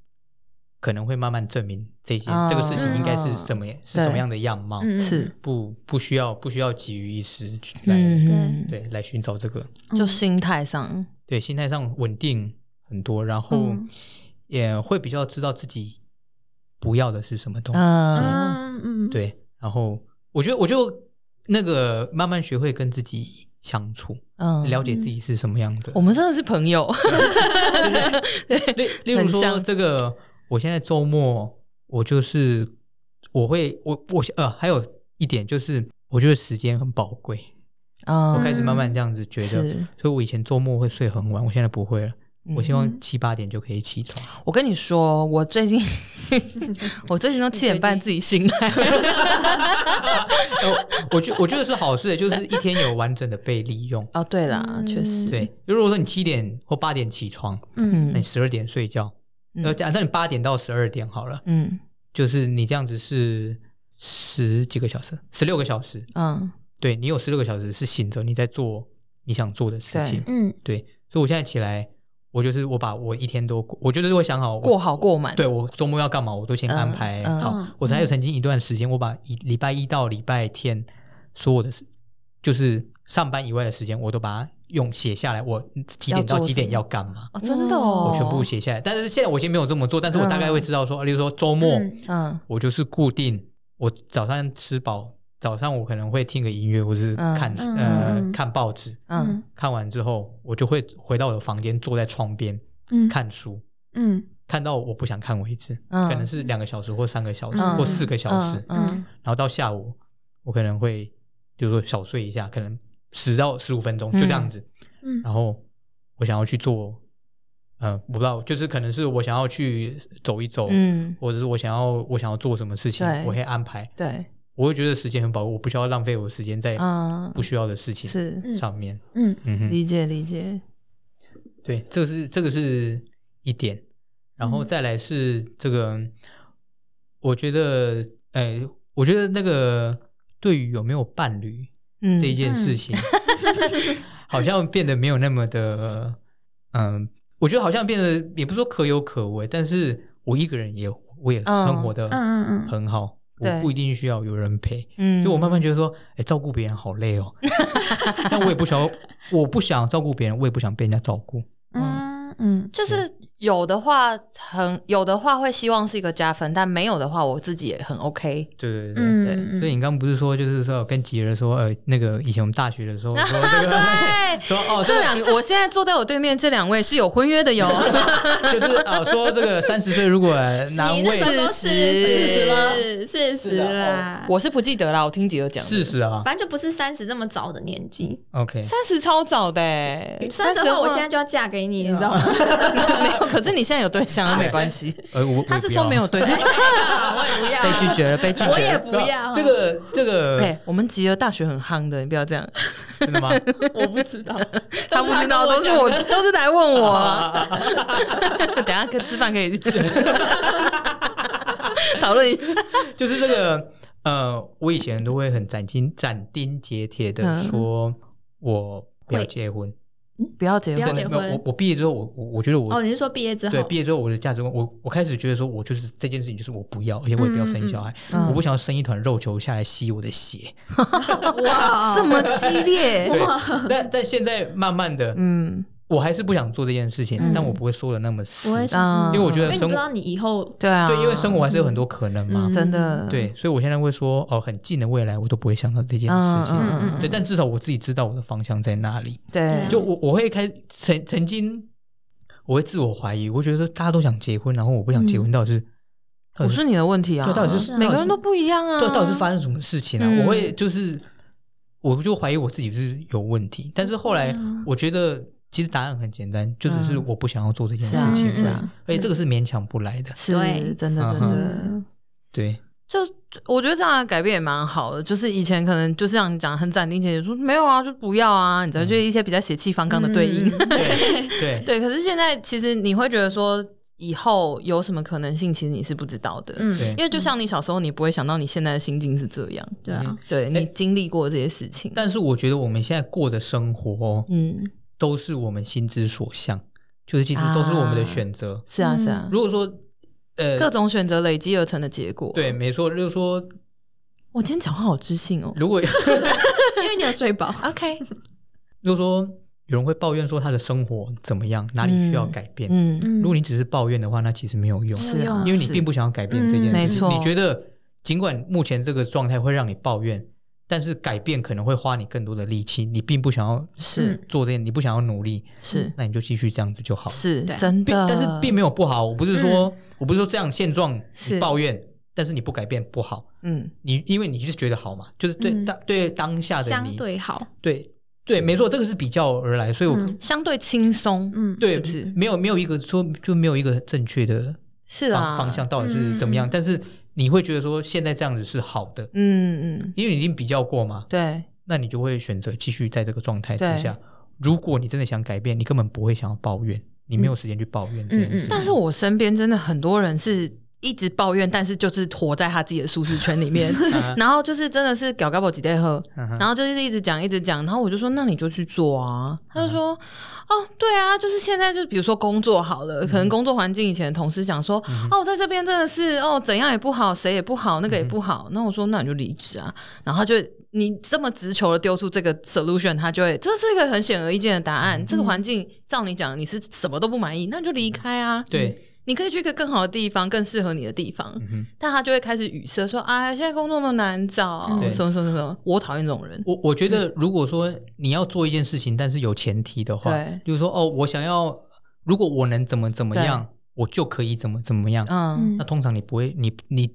Speaker 1: 可能会慢慢证明这件、
Speaker 2: 哦
Speaker 1: 这个事情应该是什么、是什么样的样貌，
Speaker 3: 嗯
Speaker 2: 是，
Speaker 1: 不不需要不需要急于一时去来、
Speaker 2: 嗯，
Speaker 1: 对来寻找这个
Speaker 3: 嗯
Speaker 2: 就心态上，
Speaker 1: 对心态上稳定很多，然后
Speaker 3: 嗯
Speaker 1: 也会比较知道自己不要的是什么东西，
Speaker 2: 嗯，
Speaker 3: 嗯嗯，
Speaker 1: 对，然后我觉得我就那个慢慢学会跟自己相处，
Speaker 2: 嗯
Speaker 1: 了解自己是什么样的
Speaker 2: 我。们真的是朋友，
Speaker 1: 例例如
Speaker 2: 很
Speaker 1: 说
Speaker 2: 像
Speaker 1: 这个，我现在周末我就是我会我我呃，还有一点就是，我觉得时间很宝贵，
Speaker 2: 嗯，
Speaker 1: 我开始慢慢这样子觉得，
Speaker 2: 是，
Speaker 1: 所以我以前周末会睡很晚，我现在不会了。
Speaker 2: 嗯
Speaker 1: 我希望七八点就可以起床，
Speaker 2: 我跟你说，我最近我最近都七点半自己醒来，。
Speaker 1: 呃我觉我觉得是好事的，就是一天有完整的被利用
Speaker 2: 哦，对啦，
Speaker 3: 嗯
Speaker 2: 确实，
Speaker 1: 对，如果说你七点或八点起床，那你
Speaker 2: 嗯
Speaker 1: 十二点睡觉，
Speaker 2: 嗯
Speaker 1: 呃，假设你八点到十二点好了，
Speaker 2: 嗯
Speaker 1: 就是你这样子是十几个小时，十六个小时，
Speaker 2: 嗯，
Speaker 1: 对你有十六个小时是醒着，你在做你想做的事情。
Speaker 3: 嗯
Speaker 1: 对，所以我现在起来，我就是我把我一天都过，我就是会想好我
Speaker 2: 过，好过满，
Speaker 1: 对我周末要干嘛，我都先安排
Speaker 2: 嗯嗯
Speaker 1: 好。
Speaker 3: 嗯
Speaker 1: 我才有曾经一段时间，我把一礼拜一到礼拜天所有的事，就是上班以外的时间，我都把它用写下来，我几点到几点要干嘛。
Speaker 2: 哦，真的哦，
Speaker 1: 我全部写下来，但是现在我已经没有这么做，但是我大概会知道说，例如说周末，
Speaker 3: 嗯
Speaker 2: 嗯
Speaker 1: 我就是固定，我早上吃饱，早上我可能会听个音乐，或是
Speaker 2: 嗯
Speaker 1: 看、
Speaker 3: 嗯
Speaker 1: 呃、
Speaker 3: 嗯
Speaker 1: 看报纸，
Speaker 2: 嗯
Speaker 1: 看完之后我就会回到我的房间，坐在窗边
Speaker 3: 嗯
Speaker 1: 看书，
Speaker 3: 嗯
Speaker 1: 看到我不想看为止，
Speaker 2: 嗯
Speaker 1: 可能是两个小时或三个小时、
Speaker 2: 嗯
Speaker 1: 或四个小时，
Speaker 2: 嗯
Speaker 1: 然后到下午我可能会，比如说小睡一下，可能十到十五分钟就这样子，
Speaker 3: 嗯
Speaker 1: 然后我想要去做。嗯，我不知道，就是可能是我想要去走一走，
Speaker 2: 嗯，
Speaker 1: 或者是我想要我想要做什么事情
Speaker 2: 对，
Speaker 1: 我会安排。
Speaker 2: 对，
Speaker 1: 我会觉得时间很宝贵，我不需要浪费我的时间在
Speaker 2: 嗯
Speaker 1: 不需要的事情
Speaker 2: 是
Speaker 1: 上面。
Speaker 3: 嗯
Speaker 1: 嗯哼，
Speaker 2: 理解理解。
Speaker 1: 对，这个是这个是一点，然
Speaker 2: 嗯
Speaker 1: 后再来是这个，我觉得，哎，我觉得那个对于有没有伴侣
Speaker 2: 嗯
Speaker 1: 这一件事情， 好像变得没有那么的，嗯，我觉得好像变得也不是说可有可无，但是我一个人也我也
Speaker 2: 嗯
Speaker 1: 生活的
Speaker 3: 嗯嗯嗯，
Speaker 1: 很好，
Speaker 2: 对
Speaker 1: 我不一定需要有人陪，
Speaker 2: 嗯
Speaker 1: 就我慢慢觉得说，哎，照顾别人好累哦， 但我也不想要，我不想照顾别人，我也不想被人家照顾。
Speaker 3: 嗯嗯，
Speaker 2: 就是有的话很有的话会希望是一个加分，但没有的话我自己也很 OK。
Speaker 1: 对对对。
Speaker 3: 嗯
Speaker 1: 所以你刚不是说，就是说跟吉儿说，呃，那个以前我们大学的时 候说这个， 说哦，这
Speaker 2: 这两 个，我现在坐在我对面这两位是有婚 约的哟，
Speaker 1: 个就是哦，说这个三十岁如果男
Speaker 3: 你那
Speaker 1: 为
Speaker 3: 时候都
Speaker 2: 四
Speaker 3: 四
Speaker 2: 十
Speaker 3: 十了，四十啦，
Speaker 2: 我是不记得啦，我听吉儿讲的。
Speaker 1: 四十啊
Speaker 3: 反正就不是三十这么早的年纪。
Speaker 1: ，OK，
Speaker 2: 三十超早的、欸，
Speaker 3: 三十
Speaker 2: 的
Speaker 3: 后啊
Speaker 2: 话
Speaker 3: 我现在就要嫁给你，你知道吗？
Speaker 2: 没有，可是你现在有对象了，没关系。
Speaker 1: 呃，我
Speaker 2: 他是说没有对象，
Speaker 3: 我也不要，
Speaker 2: 被拒绝了，被拒绝了。
Speaker 3: 我也不
Speaker 1: 我也
Speaker 3: 要
Speaker 1: 这个这
Speaker 2: 哎、
Speaker 1: 个
Speaker 2: 我们吉儿大学很夯的，你不要这样。
Speaker 1: 真的吗？
Speaker 3: 我不知道，
Speaker 2: 他不知道，都是我，都是来问我、啊。 等一下可吃饭可以讨论一下。
Speaker 1: 就是这个呃，我以前都会很斩钉斩钉截铁
Speaker 3: 嗯
Speaker 1: 的说，我不要
Speaker 3: 会
Speaker 1: 结婚。
Speaker 2: 不要结
Speaker 3: 不要
Speaker 2: 婚，
Speaker 3: 结
Speaker 1: 没有
Speaker 3: 婚
Speaker 1: 我我毕业之后，我我我觉得我
Speaker 3: 哦，你是说毕业之后？
Speaker 1: 对，毕业之后我的价值观，我我开始觉得说，我就是这件事情，就是我不要，而且我也不要生小孩，
Speaker 2: 嗯嗯嗯
Speaker 1: 我不想要生一团肉球下来吸我的血。
Speaker 3: 哇，
Speaker 2: 这么激烈。
Speaker 1: 哦对， 但但现在慢慢的，
Speaker 2: 嗯，
Speaker 1: 我还是不想做这件事情，
Speaker 2: 嗯
Speaker 1: 但我不会说的那么死
Speaker 3: 不，会说，
Speaker 2: 啊
Speaker 1: 因为我觉
Speaker 3: 因
Speaker 1: 得
Speaker 3: 为你不
Speaker 1: 生
Speaker 3: 知道你以后
Speaker 2: 对啊，
Speaker 1: 对，因为生活还是有很多可能嘛
Speaker 3: 嗯。
Speaker 2: 真的
Speaker 1: 对，所以我现在会说，哦，很近的未来我都不会想到这件
Speaker 2: 嗯
Speaker 1: 事情。
Speaker 2: 嗯嗯嗯
Speaker 1: 对，但至少我自己知道我的方向在哪里。
Speaker 2: 对，
Speaker 1: 就我我会开曾曾经，我会自我怀疑，我会觉得说大家都想结婚，然后我不想结
Speaker 2: 嗯
Speaker 1: 婚，到底是到
Speaker 2: 我
Speaker 1: 底
Speaker 2: 是你的问题啊，
Speaker 1: 对到底
Speaker 3: 是
Speaker 2: 每个人都不一样啊，
Speaker 1: 对，到底是发生什么事情啊？
Speaker 2: 嗯
Speaker 1: 我会就是，我就怀疑我自己是有问题。但是后来
Speaker 3: 嗯
Speaker 1: 我觉得，其实答案很简单，就只是我不想要做这件事
Speaker 2: 嗯是啊
Speaker 1: 情，
Speaker 2: 是啊
Speaker 1: 而且这个是勉强不来的。
Speaker 2: 是
Speaker 3: 对
Speaker 2: 真的
Speaker 1: 嗯
Speaker 2: 真
Speaker 1: 哼
Speaker 2: 的。
Speaker 1: 对，
Speaker 2: 就我觉得这样的改变也蛮好的，就是以前可能就像你讲很斩钉截铁说没有啊，就不要啊，
Speaker 1: 嗯
Speaker 2: 你知道，就是一些比较血气方刚的对应。
Speaker 3: 嗯
Speaker 1: 对，对，
Speaker 2: 对，可是现在其实你会觉得说以后有什么可能性，其实你是不知道的，
Speaker 3: 嗯，
Speaker 1: 对
Speaker 3: 嗯，
Speaker 2: 因为就像你小时候，你不会想到你现在的心境是这样，
Speaker 3: 对
Speaker 1: 嗯
Speaker 3: 啊，
Speaker 2: 对你经历过这些事情，
Speaker 1: 但是我觉得我们现在过的生活，哦
Speaker 2: 嗯，
Speaker 1: 都是我们心之所向，就是其实都是我们的选择。
Speaker 2: 是啊
Speaker 3: 嗯
Speaker 2: 是啊，
Speaker 1: 如果说，呃，
Speaker 2: 各种选择累积而成的结果。，
Speaker 1: 对，没错，就是说，
Speaker 2: 我今天讲话好知性哦。
Speaker 1: 如果
Speaker 3: 因为你有睡饱，
Speaker 1: 嗯
Speaker 2: OK，
Speaker 1: 如果说有人会抱怨说他的生活怎么样，哪里需要改变，
Speaker 2: 嗯，
Speaker 3: 嗯
Speaker 1: 如果你只是抱怨的话，那其实没有用，
Speaker 2: 是啊，
Speaker 3: 嗯
Speaker 1: 因为你并不想要改变这件事。
Speaker 3: 嗯没
Speaker 2: 错
Speaker 1: 你觉得尽管目前这个状态会让你抱怨，但是改变可能会花你更多的力气，你并不想要
Speaker 2: 是
Speaker 1: 做这件，你不想要努力，
Speaker 2: 是
Speaker 1: 那你就继续这样子就嗯好。
Speaker 2: 是
Speaker 3: 对
Speaker 2: 真
Speaker 1: 并
Speaker 2: 的，
Speaker 1: 但是并没有不好，我不是说、我不是说这样现状
Speaker 2: 是
Speaker 1: 你抱怨，但是你不改变不好，
Speaker 2: 嗯
Speaker 1: 你因为你就是觉得好嘛，就是对、
Speaker 3: 嗯
Speaker 1: 当对当下的
Speaker 3: 相
Speaker 1: 你，
Speaker 3: 对好，
Speaker 1: 对对，没错，这个是比较而来，所以我、
Speaker 3: 嗯
Speaker 2: 相对轻松，
Speaker 3: 嗯，
Speaker 1: 对
Speaker 2: 是不是
Speaker 1: 没有没有一个说就没有一个正确的
Speaker 2: 是啊
Speaker 1: 方方向到底是怎么样，但是你会觉得说现在这样子是好的，
Speaker 2: 嗯嗯，
Speaker 1: 因为你已经比较过嘛，
Speaker 2: 对，
Speaker 1: 那你就会选择继续在这个状态之
Speaker 2: 对
Speaker 1: 下。如果你真的想改变，你根本不会想要抱怨，你没有时间去抱怨这件事情。
Speaker 2: 但是我身边真的很多人是一直抱怨，但是就是活在他自己的舒适圈里面，
Speaker 1: 啊
Speaker 2: 然后就是真的是搞搞不几代喝，
Speaker 1: 嗯哼
Speaker 2: 然后就是一直讲一直讲，然后我就说那你就去做啊，他就
Speaker 1: 嗯
Speaker 2: 说哦对啊，就是现在就比如说工作好
Speaker 1: 嗯
Speaker 2: 了，可能工作环境以前的同事讲说哦我在这边真的是哦怎样也不好，谁也不好，那个也不
Speaker 1: 嗯
Speaker 2: 好，那我说那你就离职啊，然后他就。你这么直球的丢出这个 solution，他就会，这是一个很显而易见的答
Speaker 1: 嗯
Speaker 2: 案。这个环境照你讲，你是什么都不满意，那你就离开啊。
Speaker 1: 嗯对，嗯
Speaker 2: 你可以去一个更好的地方，更适合你的地方。但他就会开始语塞，说：“哎，现在工作那么难找，
Speaker 1: 嗯对
Speaker 2: 什么什么什么。”我讨厌这种人。
Speaker 1: 我我觉得如果说你要做一件事情，但是有前提的话
Speaker 2: 对，
Speaker 1: 比如说哦，我想要，如果我能怎么怎么样，我就可以怎么怎么样。
Speaker 2: 嗯，
Speaker 3: 嗯
Speaker 1: 那通常你不会，你你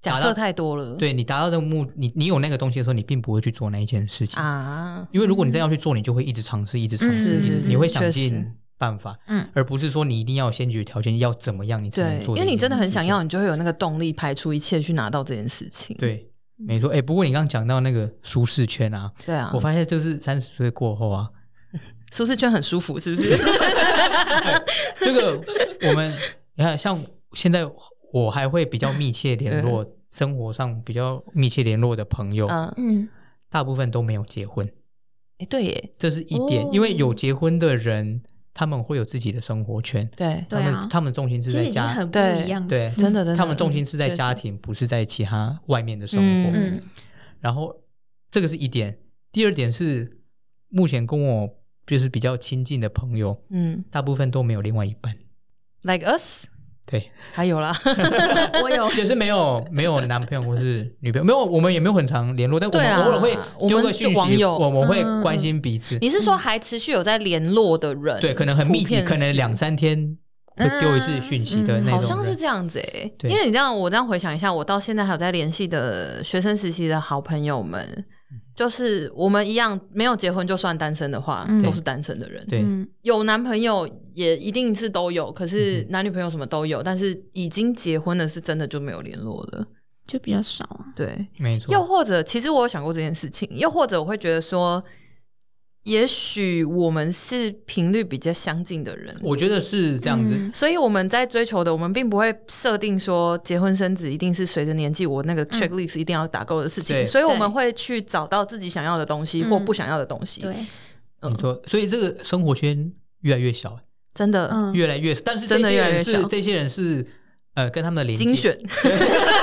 Speaker 2: 假
Speaker 1: 达
Speaker 2: 设
Speaker 1: 到
Speaker 2: 太多了。
Speaker 1: 对你达到这个目，你你有那个东西的时候，你并不会去做那一件事情。
Speaker 2: 啊，
Speaker 1: 因为如果你真要去做，你就会一直尝试，一直尝试，
Speaker 3: 嗯
Speaker 1: 一
Speaker 3: 是
Speaker 1: 直
Speaker 3: 是
Speaker 1: 你会
Speaker 2: 是
Speaker 1: 想
Speaker 2: 确
Speaker 1: 尽
Speaker 2: 实
Speaker 1: 办法，
Speaker 3: 嗯，
Speaker 1: 而不是说你一定要有先决条件，要怎么样你才
Speaker 2: 对
Speaker 1: 能，做。
Speaker 2: 因为你真的很想要，，你就会有那个动力，排除一切去拿到这件事情。
Speaker 1: 对，没错。哎，不过你刚刚讲到那个舒适圈啊，
Speaker 2: 对啊
Speaker 1: 我，发现就是三十岁过后啊，
Speaker 2: 舒适圈很舒服，是不 是？
Speaker 1: 这个我们你看，像现在我还会比较密切联络，生活上比较密切联络的朋友，
Speaker 2: 嗯，
Speaker 3: 嗯，
Speaker 1: 大部分都没有结婚，
Speaker 2: 哎，对耶，
Speaker 1: 这是一点。
Speaker 3: 哦
Speaker 1: 因为有结婚的人，他们会有自己的生活圈，
Speaker 2: 对，
Speaker 1: 他
Speaker 3: 对啊
Speaker 1: 们他们重心是
Speaker 3: 其
Speaker 1: 在
Speaker 3: 实已经
Speaker 1: 家，
Speaker 3: 很不一样了。
Speaker 1: 对，
Speaker 2: 真的真的，嗯
Speaker 1: 他们重心是在
Speaker 2: 确实
Speaker 1: 家庭，不是在其他外面的生活。
Speaker 2: 嗯
Speaker 3: 嗯
Speaker 1: 然后这个是一点，第二点是目前跟我就是比较亲近的朋友，
Speaker 2: 嗯
Speaker 1: 大部分都没有另外一半，
Speaker 2: ，like us，
Speaker 1: 对，
Speaker 2: 还有啦，
Speaker 3: 嗯 我有
Speaker 1: 也是没有没有男朋友或是女朋友，没有我们也没有很常联络，但我
Speaker 2: 对
Speaker 1: 们
Speaker 2: 啊
Speaker 1: 偶尔会
Speaker 2: 我们
Speaker 1: 丢
Speaker 2: 就
Speaker 1: 个讯息，
Speaker 2: 网友
Speaker 1: 我们会
Speaker 3: 嗯
Speaker 1: 关心彼此，
Speaker 2: 你是说还持续有在联络的人？
Speaker 1: 嗯对，可能很密
Speaker 2: 普遍
Speaker 1: 集，
Speaker 2: 是
Speaker 1: 可能两三天会丢一次讯息的
Speaker 3: 嗯嗯
Speaker 1: 那种
Speaker 2: 好
Speaker 1: 人，
Speaker 2: 像是这样子诶、
Speaker 1: 对
Speaker 2: 因为你这样，我这样回想一下，我到现在还有在联系的学生时期的好朋友们，
Speaker 1: 嗯
Speaker 2: 就是我们一样没有结婚就算单身的话，
Speaker 3: 嗯
Speaker 2: 都是单身的人。
Speaker 1: 对。
Speaker 3: 嗯
Speaker 2: 有男朋友也一定是都有，可
Speaker 1: 嗯
Speaker 2: 是男女朋友什么都有，但是已经结婚的是真的就没有联络了。
Speaker 3: 就比较少啊。
Speaker 2: 对，
Speaker 1: 没错，
Speaker 2: 又或者，其实我有想过这件事情，又或者我会觉得说，也许我们是频率比较相近的人，
Speaker 1: 我觉得是这样子，
Speaker 3: 嗯
Speaker 2: 所以我们在追求的，我们并不会设定说结婚生子一定是随着年纪，我那个 checklist 一定要打勾的事情，
Speaker 1: 对
Speaker 2: 所以我们会去找到自己想要的东西
Speaker 3: 嗯
Speaker 2: 或不想要的东西。
Speaker 3: 对，
Speaker 2: 嗯
Speaker 1: 没错，所以这个生活圈越来越小，
Speaker 2: 真的、
Speaker 3: 嗯，
Speaker 1: 越来越，但是这
Speaker 2: 真的
Speaker 1: 些
Speaker 2: 越来
Speaker 1: 人
Speaker 2: 越
Speaker 1: 是
Speaker 2: 小
Speaker 1: 这些人是呃跟他们的连接
Speaker 2: 精选，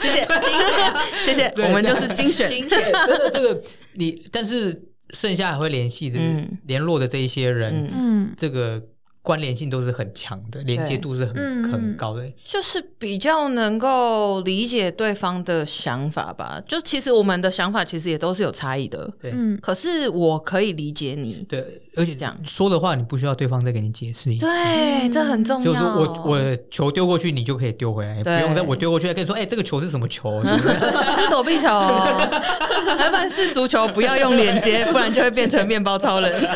Speaker 2: 谢谢 精选，谢谢，
Speaker 1: 对
Speaker 2: 我们就是精选。
Speaker 3: 精
Speaker 1: 对真的这个你，但是剩下还会联系的、
Speaker 2: 嗯
Speaker 1: 联络的这一些人，
Speaker 2: 嗯，
Speaker 3: 嗯
Speaker 1: 这个关联性都是很强的，连接度是很、
Speaker 3: 嗯嗯
Speaker 1: 很高的。
Speaker 2: 就是比较能够理解对方的想法吧。就其实我们的想法其实也都是有差异的，
Speaker 1: 对、
Speaker 3: 嗯，
Speaker 2: 可是我可以理解你。
Speaker 1: 对，而且
Speaker 2: 这样
Speaker 1: 说的话，你不需要对方再给你解释一次。
Speaker 2: 对，这很重要。
Speaker 1: 就是我我球丢过去，你就可以丢回来，不
Speaker 2: 对
Speaker 1: 用再我丢过去还跟你说，哎、这个球是什么 球？是不是
Speaker 2: 不是躲避球、哦，要不然是足球，不要用连接，不然就会变成面包超人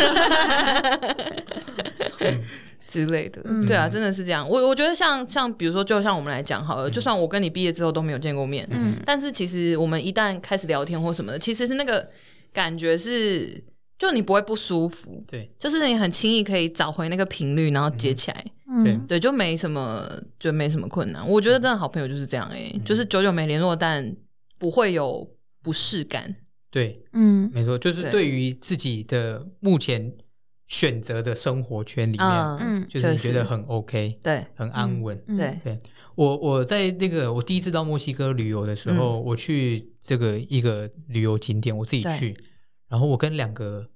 Speaker 2: 之类的。
Speaker 3: 嗯
Speaker 2: 对啊，真的是这样。我我觉得像像比如说，就像我们来讲好了，就算我跟你毕业之后都没有见过面，
Speaker 3: 嗯
Speaker 2: 但是其实我们一旦开始聊天或什么的，其实是那个感觉是，就你不会不舒服，
Speaker 1: 对，
Speaker 2: 就是你很轻易可以找回那个频率，然后接起来。
Speaker 1: 对
Speaker 3: 嗯，
Speaker 2: 对，就没什么，就没什么困难。我觉得真的好朋友就是这样哎、就是久久没联络，但不会有不适感。
Speaker 1: 对，
Speaker 3: 嗯
Speaker 1: 没错，就是
Speaker 2: 对
Speaker 1: 对于自己的目前选择的生活圈里面，
Speaker 2: 嗯，
Speaker 3: 嗯，
Speaker 1: 就是你
Speaker 2: 确
Speaker 1: 觉
Speaker 2: 实
Speaker 1: 得很 OK，
Speaker 2: 对
Speaker 1: 很安稳。
Speaker 3: 嗯
Speaker 2: 对，
Speaker 1: 我我在那个我第一次到墨西哥旅游的时候，
Speaker 2: 嗯
Speaker 1: 我去这个一个旅游景点，我自己
Speaker 2: 对
Speaker 1: 去，然后我跟两个，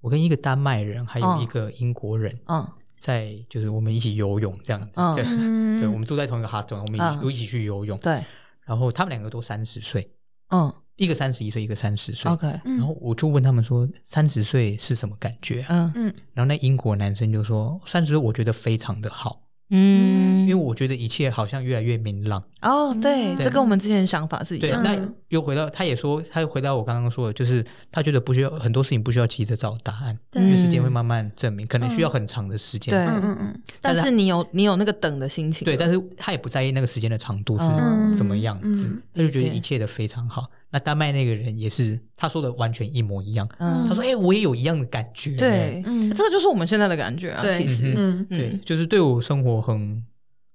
Speaker 1: 我跟一个丹麦人，还有
Speaker 2: 嗯
Speaker 1: 一个英国人，
Speaker 2: 嗯
Speaker 1: 在就是我们一起游泳这样子，
Speaker 2: 嗯
Speaker 1: 对，
Speaker 3: 嗯
Speaker 1: 对我们住在同一个 hostel，我们一起、
Speaker 2: 嗯
Speaker 1: 我一起去游泳，
Speaker 2: 对，
Speaker 1: 然后他们两个都三十岁，
Speaker 2: 嗯
Speaker 1: 一个三十一岁，一个三十岁。
Speaker 2: ，OK，
Speaker 3: 嗯
Speaker 1: 然后我就问他们说：“三十岁是什么感觉、啊
Speaker 2: 嗯？”
Speaker 1: 然后那英国男生就说：“三十，我觉得非常的好，因
Speaker 2: 嗯
Speaker 1: 为，我觉得一切好像越来越明朗。”
Speaker 2: 哦，对，
Speaker 1: 对
Speaker 2: 这跟我们之前的想法是一
Speaker 1: 对，
Speaker 2: 样的。
Speaker 1: 那
Speaker 3: 嗯
Speaker 1: 又回到，他也说，他又回到我刚刚说的，就是他觉得不需要很多事情不需要急着找答案，
Speaker 3: 对
Speaker 1: 因为时间会慢慢证明，可能需要很长的时间。
Speaker 2: 对
Speaker 3: 嗯嗯嗯
Speaker 2: 但
Speaker 1: 但是
Speaker 2: 是你有你有那个等的心情，
Speaker 1: 对，但是他也不在意那个时间的长度
Speaker 2: 嗯
Speaker 1: 是怎么样子，
Speaker 3: 嗯
Speaker 1: 他就觉得
Speaker 2: 理解
Speaker 1: 一切的非常好。那丹麦那个人也是，他说的完全一模一样。
Speaker 2: 嗯
Speaker 1: 他，说：“哎、我也有一样的感觉。”
Speaker 2: 对，
Speaker 3: 嗯
Speaker 2: 这个就是我们现在的感觉啊，
Speaker 3: 对
Speaker 2: 其实，
Speaker 3: 嗯
Speaker 1: 对
Speaker 2: 嗯，，
Speaker 1: 就是对我生活很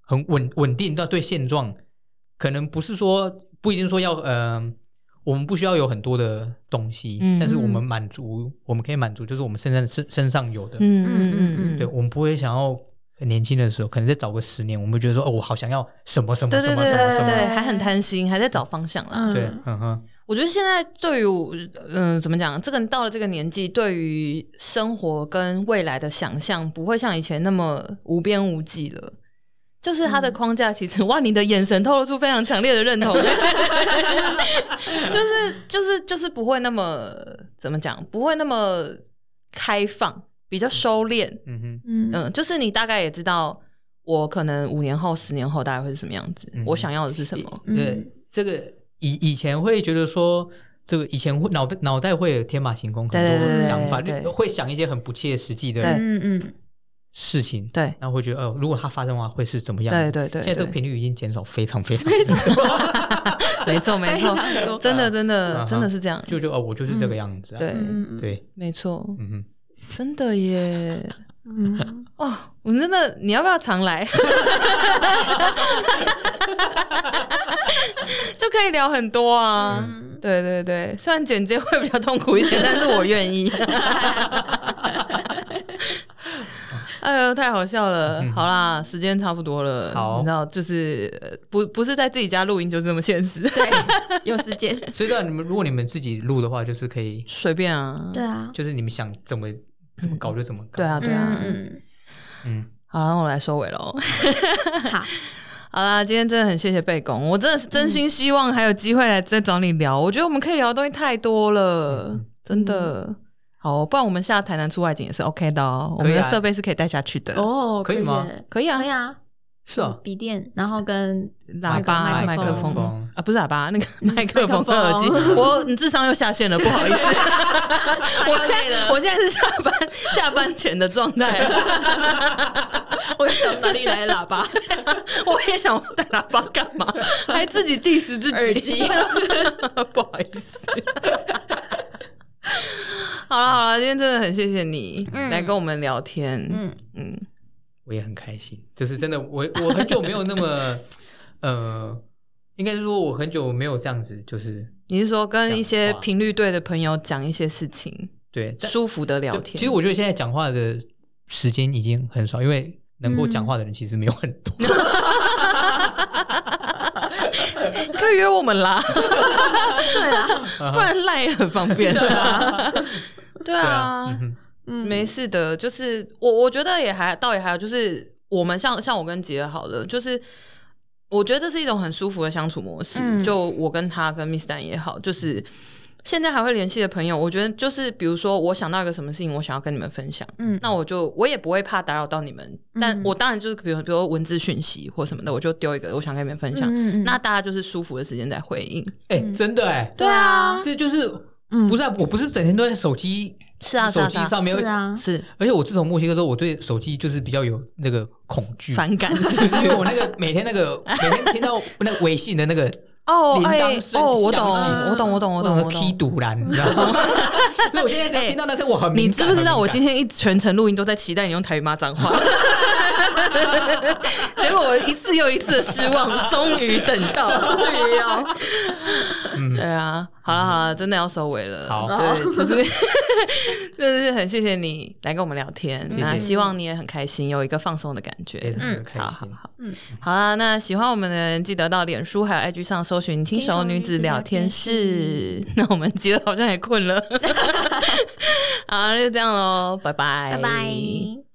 Speaker 1: 很稳稳定，到对现状，可能不是说不一定说要呃，我们不需要有很多的东西，
Speaker 2: 嗯
Speaker 1: 但是我们满足，我们可以满足，就是我们身上身身上有的，
Speaker 2: 嗯
Speaker 3: 嗯
Speaker 2: 嗯嗯
Speaker 1: 对
Speaker 2: 嗯，
Speaker 1: 我们不会想要很年轻的时候，可能再找个十年，我们会觉得说哦，我好想要什么什么
Speaker 2: 对
Speaker 1: 什
Speaker 2: 对
Speaker 1: 么
Speaker 2: 对
Speaker 1: 什么
Speaker 2: 对
Speaker 1: 什么，
Speaker 2: 对，还很贪心，还在找方向啦。
Speaker 3: 嗯，
Speaker 1: 对，嗯哼，
Speaker 2: 我觉得现在对于我，嗯、怎么讲？这个到了这个年纪，对于生活跟未来的想象，不会像以前那么无边无际了。就是它的框架，其实、
Speaker 1: 嗯
Speaker 2: 哇，你的眼神透露出非常强烈的 认同， 就是就是就是不会那么怎么讲，不会那么开放，比较收敛。
Speaker 1: 嗯哼，
Speaker 3: 嗯
Speaker 2: 嗯，就是你大概也知道，我可能五年后、十年后大概会是什么样子，
Speaker 1: 嗯
Speaker 2: 我想要的是什么。
Speaker 1: 对，这个以以前会觉得说。这个以前会脑脑袋会有天马行空很
Speaker 2: 对对对
Speaker 1: 多
Speaker 2: 对
Speaker 1: 想法，就
Speaker 2: 对
Speaker 1: 会想一些很不切实际的
Speaker 2: 对
Speaker 3: 嗯嗯
Speaker 1: 事情，
Speaker 2: 对
Speaker 1: 然后会觉得，哦，如果它发生的话，会是怎么样子？
Speaker 2: 对对对，
Speaker 1: 现在这个
Speaker 2: 对
Speaker 1: 频率已经减少非常非常多，
Speaker 2: 没错，没
Speaker 3: 非
Speaker 2: 错，
Speaker 3: 常多
Speaker 2: 真的，真
Speaker 1: 嗯
Speaker 2: 的，
Speaker 1: 哼
Speaker 2: 真的是这样。
Speaker 1: 就就哦，我就是这个样子啊。
Speaker 2: 嗯对，
Speaker 3: 嗯嗯
Speaker 1: 对，
Speaker 2: 没错。
Speaker 1: 嗯哼，
Speaker 2: 真的耶！
Speaker 3: 嗯，
Speaker 2: 哦，我真的，你要不要常来？ 就可以聊很多啊。
Speaker 1: 嗯
Speaker 2: 对对对，虽然剪接会比较痛苦一点，但是我愿意。哎呦，太好笑了！好啦，时间差不多了。
Speaker 1: 好
Speaker 2: 你知道，就是呃不不是在自己家录音就这么现实，
Speaker 3: 对，有时 间，
Speaker 1: 嗯所以，到你们如果你们自己录的话，就是可以，
Speaker 2: 随便啊。
Speaker 3: 对啊，
Speaker 1: 就是你们想怎么怎么搞就怎么搞。
Speaker 2: 对啊，对啊。
Speaker 3: 嗯，
Speaker 1: 嗯，
Speaker 2: 好啦，那我来收尾喽。
Speaker 3: 嗯好，
Speaker 2: 好啦，今天真的很谢谢贝公，我真的是真心希望还有机会来再找你聊。我觉得我们可以聊的东西太多了，真的。好，不然我们下台南出外景也是 OK 的哦，我
Speaker 1: 可以啊
Speaker 2: 们的设备是可以带下去的。
Speaker 3: 哦，
Speaker 1: 可以吗
Speaker 3: 耶
Speaker 2: 可以啊
Speaker 3: 可，以啊，
Speaker 1: 是啊，
Speaker 3: 笔电，然后 跟
Speaker 2: 喇叭、
Speaker 3: 麦
Speaker 2: 麦
Speaker 3: 克
Speaker 2: 克
Speaker 3: 风
Speaker 2: 风啊，不是喇叭， 那个麦克
Speaker 3: 克
Speaker 2: 风
Speaker 3: 风
Speaker 2: 和耳机。我你智商又下线了，不好 意思，我
Speaker 3: 累 了
Speaker 2: 我现在是下班下班前的状态，
Speaker 3: 我想哪里来的喇叭，
Speaker 2: 我也想带喇叭干嘛？还自己 diss 自己，
Speaker 3: 耳机
Speaker 2: 不好意思。 好了好了，今天真的很谢谢你、来跟我们聊天。嗯
Speaker 3: 嗯
Speaker 2: 嗯，
Speaker 1: 我也很开心，就是真的，我我很久没有那么，呃，应该是说我很久没有这样子，就是
Speaker 2: 你是说跟一些
Speaker 1: 讲话
Speaker 2: 频率对的朋友讲一些事情，
Speaker 1: 对，但
Speaker 2: 舒服的聊
Speaker 1: 对
Speaker 2: 天？
Speaker 1: 其实我觉得现在讲话的时间已经很少，因为能够
Speaker 2: 嗯
Speaker 1: 讲话的人其实没有很多。
Speaker 2: 啊可以约我们啦，
Speaker 3: 对啊，
Speaker 2: 不然赖也很方便。 对
Speaker 1: 对
Speaker 2: 啊
Speaker 1: 啊，嗯，哼
Speaker 3: 嗯，
Speaker 2: 没事的，就是我我觉得也还倒也还有，就是我们像像我跟杰好了，就是我觉得这是一种很舒服的相处模式。
Speaker 3: 嗯
Speaker 2: 就我跟他跟 Miss 丹也好，就是现在还会联系的朋友，我觉得就是比如说我想到一个什么事情，我想要跟你们分享，
Speaker 3: 嗯
Speaker 2: 那我就我也不会怕打扰到你们，但
Speaker 3: 嗯
Speaker 2: 我当然就是比如比如说文字讯息或什么的，我就丢一个我想跟你们分享，
Speaker 3: 嗯嗯嗯
Speaker 2: 那大家就是舒服的时间再回应。
Speaker 1: 哎、真的哎、
Speaker 2: 嗯对啊，
Speaker 1: 这就是
Speaker 3: 嗯
Speaker 1: 不是、啊、我不是整天都在手机
Speaker 2: 是啊，是
Speaker 1: 手
Speaker 2: 啊，
Speaker 1: 机上面
Speaker 3: 是，啊，
Speaker 2: 是
Speaker 1: 而且我自从墨西哥之后，我对手机就是比较有那个恐惧，
Speaker 2: 反感 是
Speaker 1: 就是因为我那个每天那个每天听到那个微信的那个
Speaker 2: 哦
Speaker 1: 铃，铛
Speaker 2: 哎，
Speaker 1: 声
Speaker 2: 哦，我懂，
Speaker 1: 响呃
Speaker 3: 起
Speaker 2: 我懂，我懂，我
Speaker 1: 我
Speaker 2: 懂，我
Speaker 1: 的
Speaker 2: 懂。
Speaker 1: 踢堵栏，你知道吗？ 所以我现在只要听到那声，我很
Speaker 2: 你
Speaker 1: 敏
Speaker 2: 知
Speaker 1: 感
Speaker 2: 不知道我今？
Speaker 1: 很敏
Speaker 2: 天一全程录音都在期待你用台语骂脏话？ 结果我一次又一次的失望， 终于等到了。
Speaker 3: 对呀，
Speaker 2: 对啊，好了好了，真的要收尾了。
Speaker 1: 嗯好
Speaker 2: 对，就是 就是很谢谢你来跟我们聊天，
Speaker 1: 谢谢
Speaker 2: 那希望你也很开心，有一个放松的感觉。
Speaker 1: 感非常的哎开
Speaker 2: 好好
Speaker 1: 心。
Speaker 2: 好，嗯
Speaker 3: 嗯，
Speaker 2: 好啊。那喜欢我们的人，记得到脸书还有 IG 上搜寻“轻熟女子聊天室”。 那我们觉得
Speaker 3: 哎
Speaker 2: 好像也困了，好，那就这样喽，拜拜，
Speaker 3: 拜拜。